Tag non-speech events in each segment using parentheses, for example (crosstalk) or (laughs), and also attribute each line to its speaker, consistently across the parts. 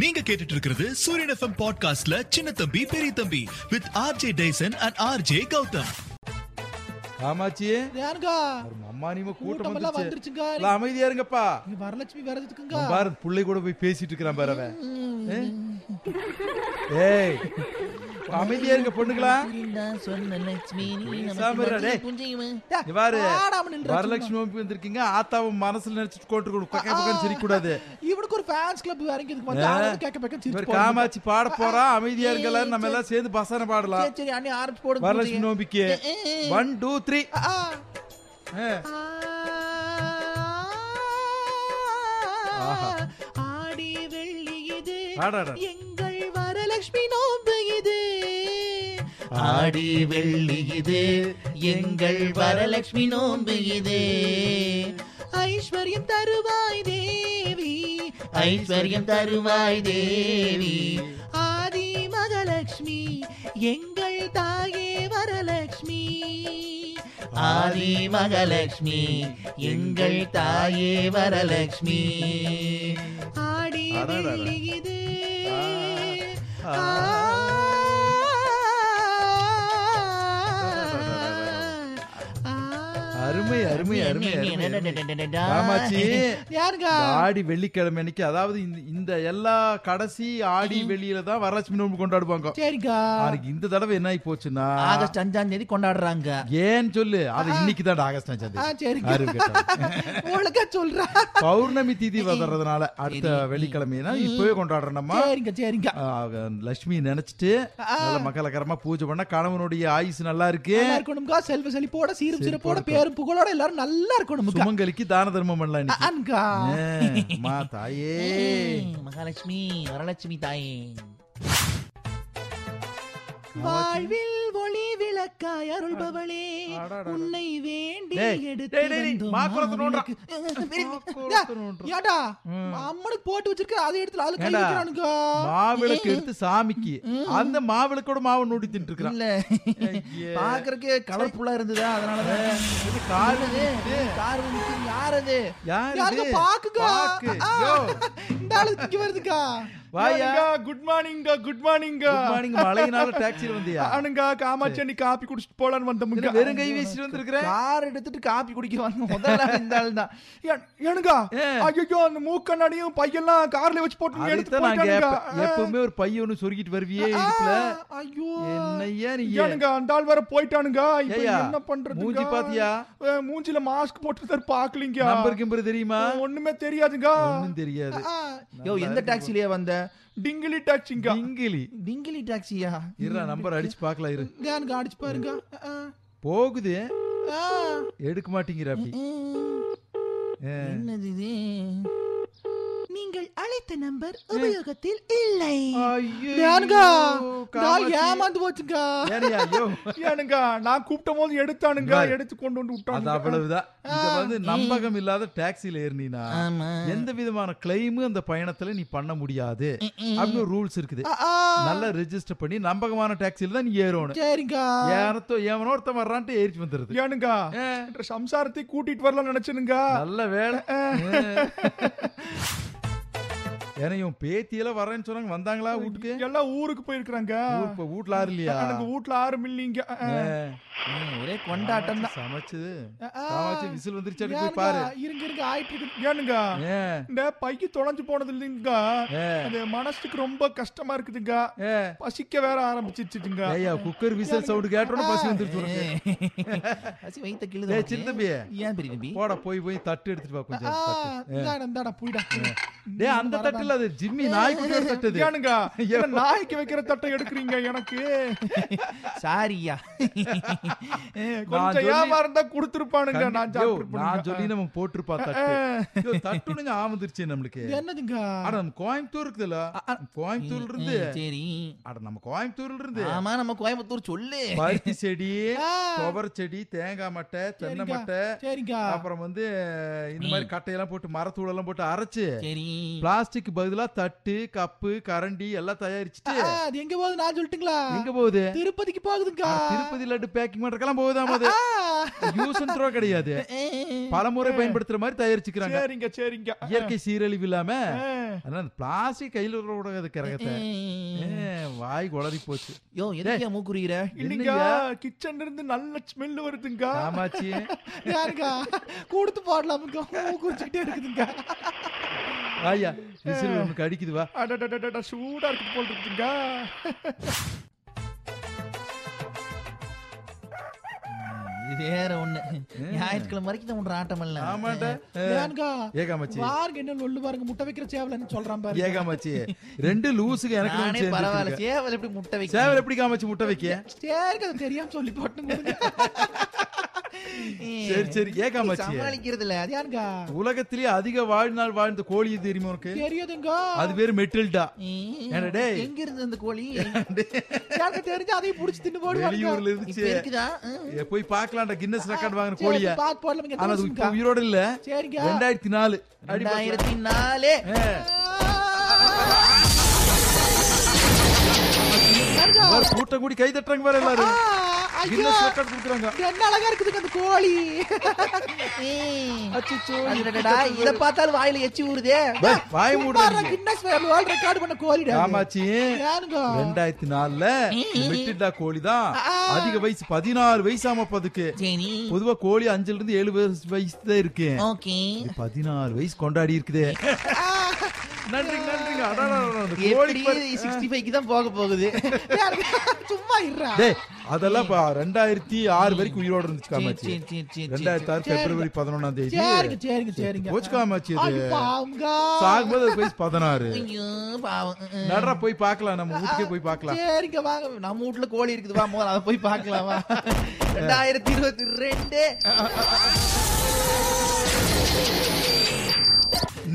Speaker 1: நீங்க கேட்டுட்டு இருக்கிறது சூரியன் எஃப்எம் பாட்காஸ்ட்ல சின்ன தம்பி பெரிய தம்பி with RJ Tyson and RJ Gautham
Speaker 2: காமாட்சியே
Speaker 3: ஏனுங்கா
Speaker 2: பாருங்க, அம்மா நீங்க கூட்டம்
Speaker 3: கூட்டம் எல்லாம்
Speaker 2: வந்துருச்சு
Speaker 3: வந்துருச்சுங்க
Speaker 2: எல்லாம் அமைதியா இருங்கப்பா
Speaker 3: நீ வரலட்சுமி வேற எதுக்குங்க
Speaker 2: அவன் பாரு புள்ளை கூட போய் பேசிட்டு இருக்கிறான் பாரு அவன் ஏ? ஏய் அமைதியா இருங்க பொண்ணுங்களா பேசாம இருடா, டேய். இங்க பாரு
Speaker 3: ஆடாம நின்றுச்சு.
Speaker 2: வரலட்சுமி நோம்பி வந்திருக்கீங்க ஆத்தாவும் மனசுல நினைச்சிட்டு கொண்டு பக்க பக்கம் சிரிக்க கூடாது
Speaker 3: இவனுக்கு ஒரு ஃபேன்ஸ் கிளப் இறங்கி இதுக்கு
Speaker 2: ஆ.
Speaker 3: வந்து கேட்க பக்கம்
Speaker 2: இவர்
Speaker 3: சிரிச்சு போடுங்க.
Speaker 2: காமாட்சி பாட போறா அமைதியா இருங்கலாம் நம்ம எல்லாம் சேர்ந்து பசனை பாடலாம்
Speaker 3: சரி சரி அண்ணி ஆரம்பிச்சு போடுங்க
Speaker 2: வரலட்சுமி
Speaker 3: பூஜையை.
Speaker 2: நோம்பிக்கு
Speaker 3: ஏ, ஏ, ஏ.
Speaker 2: ஒன் டூ த்ரீ
Speaker 3: ஆ, ஆ.
Speaker 2: ஆஹா.
Speaker 3: ஆடி வெள்ளி இது
Speaker 2: ஆடாடா.
Speaker 3: எங்கள் வரலட்சுமி நோம்பு இது
Speaker 4: ஆடி வெள்ளி இது எங்கள் வரலட்சுமி நோம்பு இது
Speaker 3: ஐஸ்வர்யம் தருவாய் தேவி
Speaker 4: ஐஸ்வர்யம் தருவாய் தேவி
Speaker 3: ஆதி மகலட்சுமி எங்கள் தாயே வரலட்சுமி
Speaker 4: ஆதி மகலட்சுமி எங்கள் தாயே வரலட்சுமி
Speaker 3: ஆடி
Speaker 2: அடடடட.
Speaker 3: வெள்ளி இது
Speaker 2: ஆ.
Speaker 3: ஆ. ஆ.
Speaker 2: அருமை அருமை அருமை அருமை, அருமை காமாட்சி
Speaker 3: யாருங்க
Speaker 2: இந்த ஆடி வெள்ளிக்கிழமை அன்னைக்கு அதாவது இந்த- இந்த எல்லா கடைசி ஆடி வெளியில தான் வரலட்சுமி நோன்பு கொண்டாடுவாங்க
Speaker 3: சரிங்க
Speaker 2: ஆனா, இந்த தடவை என்ன ஆகி போச்சுன்னா
Speaker 4: ஆகஸ்ட் அஞ்சாம் தேதி கொண்டாடுறாங்க
Speaker 2: ஏன் சொல்லு அது இன்னைக்கு தான் ஆகஸ்ட் அஞ்சாம்
Speaker 3: ஆ,
Speaker 2: தேதி
Speaker 3: சரிங்க.
Speaker 2: அருமை கேட்டா.
Speaker 3: ஒழுங்கா சொல்றா
Speaker 2: பௌர்ணமி திதி வர்றதுனால அடுத்த வெள்ளிக்கிழமைனா இப்பவே கொண்டாடுறோம் நம்ம
Speaker 3: சரிங்க சரிங்க
Speaker 2: ஆ, லட்சுமி நினைச்சிட்டு நல்ல மக்களகரமா பூஜை பண்ண கணவனுடைய ஆயுசு நல்லா இருக்கு
Speaker 3: நல்லா இருக்கணும்கா செல்வ செழிப்போட சீரும்
Speaker 2: செழிப்போட
Speaker 3: சிறப்போட பேரும் புகழோட எல்லாரும் நல்லா இருக்கணும்கா
Speaker 2: சுமங்கலிக்கு தான தர்மம் பண்ணலாம் இன்னைக்கு
Speaker 3: அன்கா
Speaker 2: ஏ, அம்மா, தாயே
Speaker 4: மகாலட்சுமி வரலட்சுமி தாயே
Speaker 3: வாழ்வில் ஒளி விளக்காய் அருள்பவளே
Speaker 2: அடடடட.
Speaker 3: உன்னை வேண்டி
Speaker 2: டேய்,
Speaker 3: எடுத்து
Speaker 2: டேய், டேய், டேய்,
Speaker 3: வந்தோம்
Speaker 2: மாக்குளத்தை நோண்டுறா.
Speaker 3: மாவிளக்கு. ஏன்டா அம்மனுக்கு போட்டு வச்சிருக்க அதை எடுத்து அதுல கை
Speaker 2: ஏன்டா?
Speaker 3: வைக்கிறானுங்கா
Speaker 2: மாவிளக்கு எடுத்து சாமிக்கு அந்த மாவிளக்கோட மாவு நோண்டி தின்ட்டு இருக்கிறான்
Speaker 4: இல்ல பாக்குறதுக்கு கலர்ஃபுல்லா இருந்ததா அதனாலதான்
Speaker 2: இது காலு
Speaker 4: கார் யார் அது
Speaker 2: யாரு
Speaker 3: யாருங்க
Speaker 2: இது?
Speaker 3: பாக்குக்கா
Speaker 2: பாக்கு. யோ,
Speaker 3: இந்த ஆளு இங்க வருதுக்கா
Speaker 2: வாயா.
Speaker 5: Good morning good morning
Speaker 2: Good morning, மழையினால டாக்ஸில வந்தியா
Speaker 5: ஆனுங்க காமாட்சி அண்ணி காப்பி குடிச்சிட்டு போலான்னு வந்தோமுங்க
Speaker 2: இதுல வெறும் கை வீசிட்டு வந்திருக்கிற
Speaker 4: கார் எடுத்துட்டு காப்பி குடிக்க வந்து முதல்ல இந்த ஆள் தான்
Speaker 5: ஏனுங்க
Speaker 2: ஏ.
Speaker 5: ஐயோ அந்த மூக்கண்ணாடியும் பையெல்லாம் கார்ல வச்சு போட்டு எடுத்து
Speaker 2: அதைத்தான் நான் கேட்பேன்.
Speaker 5: போயிட்டானுங்க
Speaker 2: எப்பவுமே ஒரு பையன் ஒண்ணு சொருகிட்டு வருவியே இடுப்புல
Speaker 5: ஐயோ
Speaker 2: என்னய்யா நீ
Speaker 5: ஏனுங்க அந்த ஆள் வேற போயிட்டானுங்க இப்ப
Speaker 2: ஏய்யா,
Speaker 5: என்ன பண்றது
Speaker 2: மூஞ்சி பாத்தியா?
Speaker 5: மூஞ்சில மாஸ்க் போட்டு சார் பாக்கலீங்க
Speaker 2: நம்பர் கிம்பர் தெரியுமா
Speaker 5: ஒண்ணுமே தெரியாதுங்க
Speaker 2: ஒண்ணும் தெரியாது
Speaker 4: யோ எந்த டாக்ஸிலயே வந்த
Speaker 5: டிங்கிலி டாக்ஸிங்க
Speaker 2: இங்கிலி
Speaker 4: டிங்கிலி டாக்ஸியா
Speaker 2: இருடா நம்பர் அடிச்சு பார்க்கலாம் இரு
Speaker 3: தேனுக்கு அடிச்சு பாருங்க ஆ,
Speaker 2: போகுது
Speaker 3: ஆ.
Speaker 2: எடுக்க மாட்டேங்கிற அப்படி ஏ.
Speaker 4: என்னது இது
Speaker 3: நீங்கள் அழைத்த நம்பர் உபயோகத்தில் இல்லை
Speaker 2: ஐயையோ,
Speaker 3: தேனுக்கா நான்
Speaker 2: காமாட்சி.
Speaker 3: ஏமாந்து போச்சுக்கா
Speaker 2: ஏனியா, ஐயோ.
Speaker 5: ஏனுங்க நான் கூப்பிட்ட போது எடுத்தானுங்க
Speaker 2: பாரு.
Speaker 5: எடுத்து கொண்டு வந்து
Speaker 2: அது
Speaker 5: விட்டானுங்க
Speaker 2: அவ்வளவுதான் இது வந்து நம்பகம் இல்லாத டாக்ஸில ஏறினா
Speaker 4: ஆமா.
Speaker 2: எந்த விதமான கிளைமு அந்த பயணத்துல நீ பண்ண முடியாது அப்படின்னு ரூல்ஸ் இருக்குது
Speaker 3: ஆ, ஆ.
Speaker 2: நல்லா ரெஜிஸ்டர் பண்ணி நம்பகமான டாக்ஸில தான் நீ ஏறணும்
Speaker 3: சரிங்கா
Speaker 2: ஏறத்தோ ஏவனோ ஒருத்தன் வர்றான்ட்டு ஏறிச்சு வந்துருது
Speaker 5: ஏனுங்க என்ற சம்சாரத்தை கூட்டிட்டு வரலாம் நினைச்சனுங்க
Speaker 2: நல்ல வேலை ஏன்னா இவன் பேத்தியெல்லாம் வரேன்னு சொன்னாங்க வந்தாங்களா வீட்டுக்கு
Speaker 5: எல்லாம் ஊருக்கு போயிருக்கிறாங்க
Speaker 2: ஊர் போ- வீட்டுல ஆறு இல்லையா
Speaker 5: எனக்கு வீட்ல ஆறும் இல்லைங்க
Speaker 4: ம், ஒரே கொண்டாட்டம் தான்
Speaker 2: சமைச்சது
Speaker 3: ஆ, ஆ.
Speaker 2: சமைச்சு விசில் வந்துருச்சு அப்படி போய்
Speaker 3: தேனுக்கா,
Speaker 2: பாரு
Speaker 3: இருங்க இருங்க ஆயிட்டு இருக்கு
Speaker 5: ஏனுங்க
Speaker 2: ஏ,
Speaker 5: இந்த பைக்கு தொலைஞ்சு போனது இல்லைங்க
Speaker 2: ஏ,
Speaker 5: அது மனசுக்கு ரொம்ப கஷ்டமா இருக்குதுங்க
Speaker 2: ஏ.
Speaker 5: பசிக்க வேற ஆரம்பிச்சிருச்சுங்க
Speaker 2: ஏய்யா குக்கர் விசில் சவுண்ட் கேட்டோன்னு பசி வந்துருச்சு உனக்கு.
Speaker 4: அசி வைத்த
Speaker 2: ஏய் சின்ன
Speaker 4: கிளு
Speaker 2: தம்பி
Speaker 4: ஏன் பெரிய தம்பி
Speaker 2: போடா போய் போய் தட்டு எடுத்துட்டு வா கொஞ்சம்
Speaker 3: ஆ,
Speaker 2: தட்டு.
Speaker 3: இந்தாடா இந்தாடா போயிடா
Speaker 2: டேய் அந்த தட்டு இல்ல அது ஜிம்மி நாய்க்குட்டியோட தட்டு இது.
Speaker 5: ஏனுங்க என்ன நாய்க்கு வைக்கிற தட்டை எடுக்குறீங்க எனக்கு
Speaker 4: சாரியா
Speaker 2: நான்
Speaker 5: கொஞ்சம்
Speaker 2: சொல்லி-
Speaker 5: வியாபாரம் தான் கொடுத்துருப்பானுங்க
Speaker 2: கண்டி-
Speaker 5: நான்
Speaker 2: யோ,
Speaker 5: சாப்பிட்டுருப்பேனுங்க.
Speaker 2: நான் சொல்லி நம்ம போட்டிருப்பா தட்டு யோ, தட்டுனுங்க ஆமந்துருச்சு நம்மளுக்கு
Speaker 3: இது என்னதுங்க
Speaker 2: ஆனா நம்ம கோயம்புத்தூர் இருக்குதுல்ல கோயம்புத்தூர்ல இருந்து
Speaker 4: ம், சரி
Speaker 2: அட நம்ம கோயம்புத்தூர்ல இருந்து
Speaker 4: ஆமா நம்ம கோயம்புத்தூர் சொல்லு
Speaker 2: பருத்தி செடி
Speaker 3: ஆ.
Speaker 2: துவர செடி தேங்காய் மட்டை தென்னை
Speaker 3: சரிங்க.
Speaker 2: மட்டை
Speaker 3: சரிங்கா
Speaker 2: அப்புறம் வந்து இந்த மாதிரி கட்டையெல்லாம் போட்டு மரத்தூள் எல்லாம் போட்டு அரைச்சு
Speaker 4: சரி
Speaker 2: பிளாஸ்டிக் பதிலா தட்டு கப்பு கரண்டி எல்லாம் தயாரிச்சுட்டு
Speaker 3: ஆ, அது எங்க போகுது நான் சொல்லட்டுங்களா
Speaker 2: எங்க போகுது
Speaker 3: திருப்பதிக்கு போகுதுங்க
Speaker 2: அட, திருப்பதி லட்டு பேக்கிங் பண்றதுக்கெல்லாம் போகுதாம் அது யூஸ் அண்ட் த்ரோ கிடையாது பலமுறை பயன்படுத்துற மாதிரி தயாரிச்சுக்கிறாங்க
Speaker 5: சரிங்க சரிங்க
Speaker 2: இயற்கை சீரழிவு இல்லாம
Speaker 5: ஆ.
Speaker 2: அதனால பிளாஸ்டிக் கையில் விடக்கூடாது கரகத்தை ஏ, வாய் குளறி போச்சு
Speaker 4: யோ எதுக்கியா மூக்குறீர
Speaker 5: இல்லைங்க
Speaker 2: என்னய்யா?
Speaker 5: கிச்சன்ல இருந்து நல்ல ஸ்மெல் வருதுங்க
Speaker 2: ஆமாச்சி
Speaker 3: யாருக்கா கொடுத்து பாடலாமுங்க குறிச்சுக்கிட்டே இருக்குதுங்க
Speaker 2: வாயா விசில் உனக்கு அடிக்குது வா
Speaker 5: அடடடடட சூடா இருக்கு போல் இருக்குங்க
Speaker 4: இது வேற ஒண்ணு ஞாயிற்றுக்கிழமை வரைக்கும் தான் ஒன்று ஆட்டம் இல்ல
Speaker 2: ஆமாண்டா ஏ,
Speaker 3: ஏன்கா
Speaker 2: ஏகாமச்சி
Speaker 3: பாருங்க என்ன லொல்லு பாருங்க முட்டை வைக்கிற சேவலன்னு சொல்றான் பாருங்க
Speaker 2: ஏகாமச்சி ரெண்டு லூசுக்கு எனக்கு
Speaker 4: நானே
Speaker 2: சேர்ந்துருக்கு.
Speaker 4: பரவாயில்ல சேவல் எப்படி முட்டை வைக்க
Speaker 2: சேவல் எப்படி காமச்சி முட்டை வைக்க
Speaker 3: சரிங்க அது தெரியாம சொல்லி போட்டுங்க
Speaker 2: சரி சரி ஏகாமச்சி
Speaker 4: சமாளிக்கிறது இல்ல அது
Speaker 3: ஏன்கா
Speaker 2: உலகத்திலேயே அதிக வாழ்நாள் வாழ்ந்த கோழி எது தெரியுமா உனக்கு
Speaker 3: தெரியுதுங்க
Speaker 2: அது பேரு மெட்டில்டா ஏன்டா டேய்?
Speaker 4: எங்க இருந்து அந்த கோழி
Speaker 3: எனக்கு தெரிஞ்சு அதையும் புடிச்சு தின்னு போடுவாங்க
Speaker 2: வெளியூர்ல
Speaker 4: இப்ப
Speaker 2: இருந்துச்சு
Speaker 4: இருக்குதா
Speaker 2: ஏ, போய் பார்க்கலாம்டா கின்னஸ் ரெக்கார்ட் வாங்குற கோழிய
Speaker 3: பாத்து போடலாமுங்க
Speaker 2: ஆனா அது இப்ப உயிரோட இல்ல
Speaker 3: சரிங்க
Speaker 2: ரெண்டாயிரத்தி நாலு அடிபட்டு.
Speaker 4: ரெண்டாயிரத்தி நாலு
Speaker 2: ஏ,
Speaker 3: ஏன்கா?
Speaker 2: பாரு, கூட்டம் கூடி கை தட்டுறாங்க பாரு எல்லாரும்
Speaker 3: ஆ, ஐயோ
Speaker 2: கின்னஸ் ரெக்கார்ட் கொடுக்குறாங்க
Speaker 3: இது என்ன அழகா இருக்குதுங்க அந்த கோழி
Speaker 2: அச்சச்சோ,
Speaker 4: அடடடடா, இத பார்த்தாலும் வாயில எச்சி ஊறுதே
Speaker 2: பே, வாய மூடுறாங்க
Speaker 3: கின்னஸ் வேர்ல்ட் ரெக்கார்ட் பண்ண கோழிடா இது.
Speaker 2: ஆமாச்சி
Speaker 3: ஏனுங்க?
Speaker 2: ரெண்டாயிரத்தி நாலுல மெட்டில்டா கோழி தான் அதிக வயசு பதினாலு வயசு ஆமாப்பா அதுக்கு
Speaker 4: சரி
Speaker 2: பொதுவா கோழி அஞ்சுல இருந்து ஏழு வயசு வயசு தான் இருக்கு
Speaker 4: ஓகே
Speaker 2: இது பதினாலு வயசு கொண்டாடி இருக்குதே நன்றிங்க நன்றிங்க அடாடா, அடாடா, அந்த கோழி
Speaker 4: எப்படி
Speaker 2: பாரு.
Speaker 4: சிக்ஸ்டி ஃபைவ்க்கு தான் போக போகுது
Speaker 3: ஏனுங்க? சும்மா இருறா
Speaker 2: டேய் அதெல்லாம் பா- ரெண்டாயிரத்தி ஆறு வரைக்கும் உயிரோட இருந்துச்சு
Speaker 4: சரி,
Speaker 2: காமாச்சி
Speaker 4: சரி, சரி, சரி, சரி.
Speaker 2: ரெண்டாயிரத்தி ஆறு பிப்ரவரி பதினொன்னாம் தேதி
Speaker 3: சரிங்க சரிங்க சரிங்க
Speaker 2: போச்சு காமாச்சி
Speaker 3: ஐயோ,
Speaker 2: அது
Speaker 3: பாவம்ங்க.
Speaker 2: சாகும்போது அது வயசு பதினாறு
Speaker 4: ஐயோ, பாவம். ம், ம்.
Speaker 2: நடரா போய் பார்க்கலாம் நம்ம வீட்டுக்கே போய் பார்க்கலாம்
Speaker 4: சரிங்க வாங்க நம்ம வீட்டுல கோழி இருக்குது வா முதல்ல அதை போய் பார்க்கலாம்
Speaker 2: (laughs)
Speaker 4: வா ரெண்டாயிரத்தி இருபத்தி ரெண்டு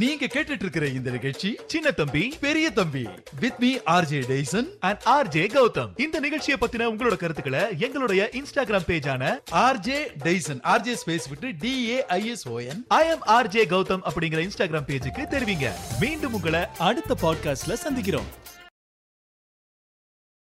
Speaker 2: நீங்க கேட்டுட்டு இருக்கிற இந்த நிகழ்ச்சி
Speaker 1: சின்ன தம்பி
Speaker 2: பெரிய தம்பி with me RJ டெய்சன்
Speaker 1: and R J Gautham இந்த நிகழ்ச்சியை பத்தின உங்களோட கருத்துக்களை எங்களுடைய இன்ஸ்டாகிராம் பேஜான
Speaker 2: ஆர்ஜே டெய்சன் ஆர்ஜே ஸ்பேஸ் விட்டு D A I S O N
Speaker 1: I am RJ Gautham அப்படிங்கிற இன்ஸ்டாகிராம் பேஜுக்கு தெரிவிங்க மீண்டும் உங்களை அடுத்த பாட்காஸ்ட்ல சந்திக்கிறோம்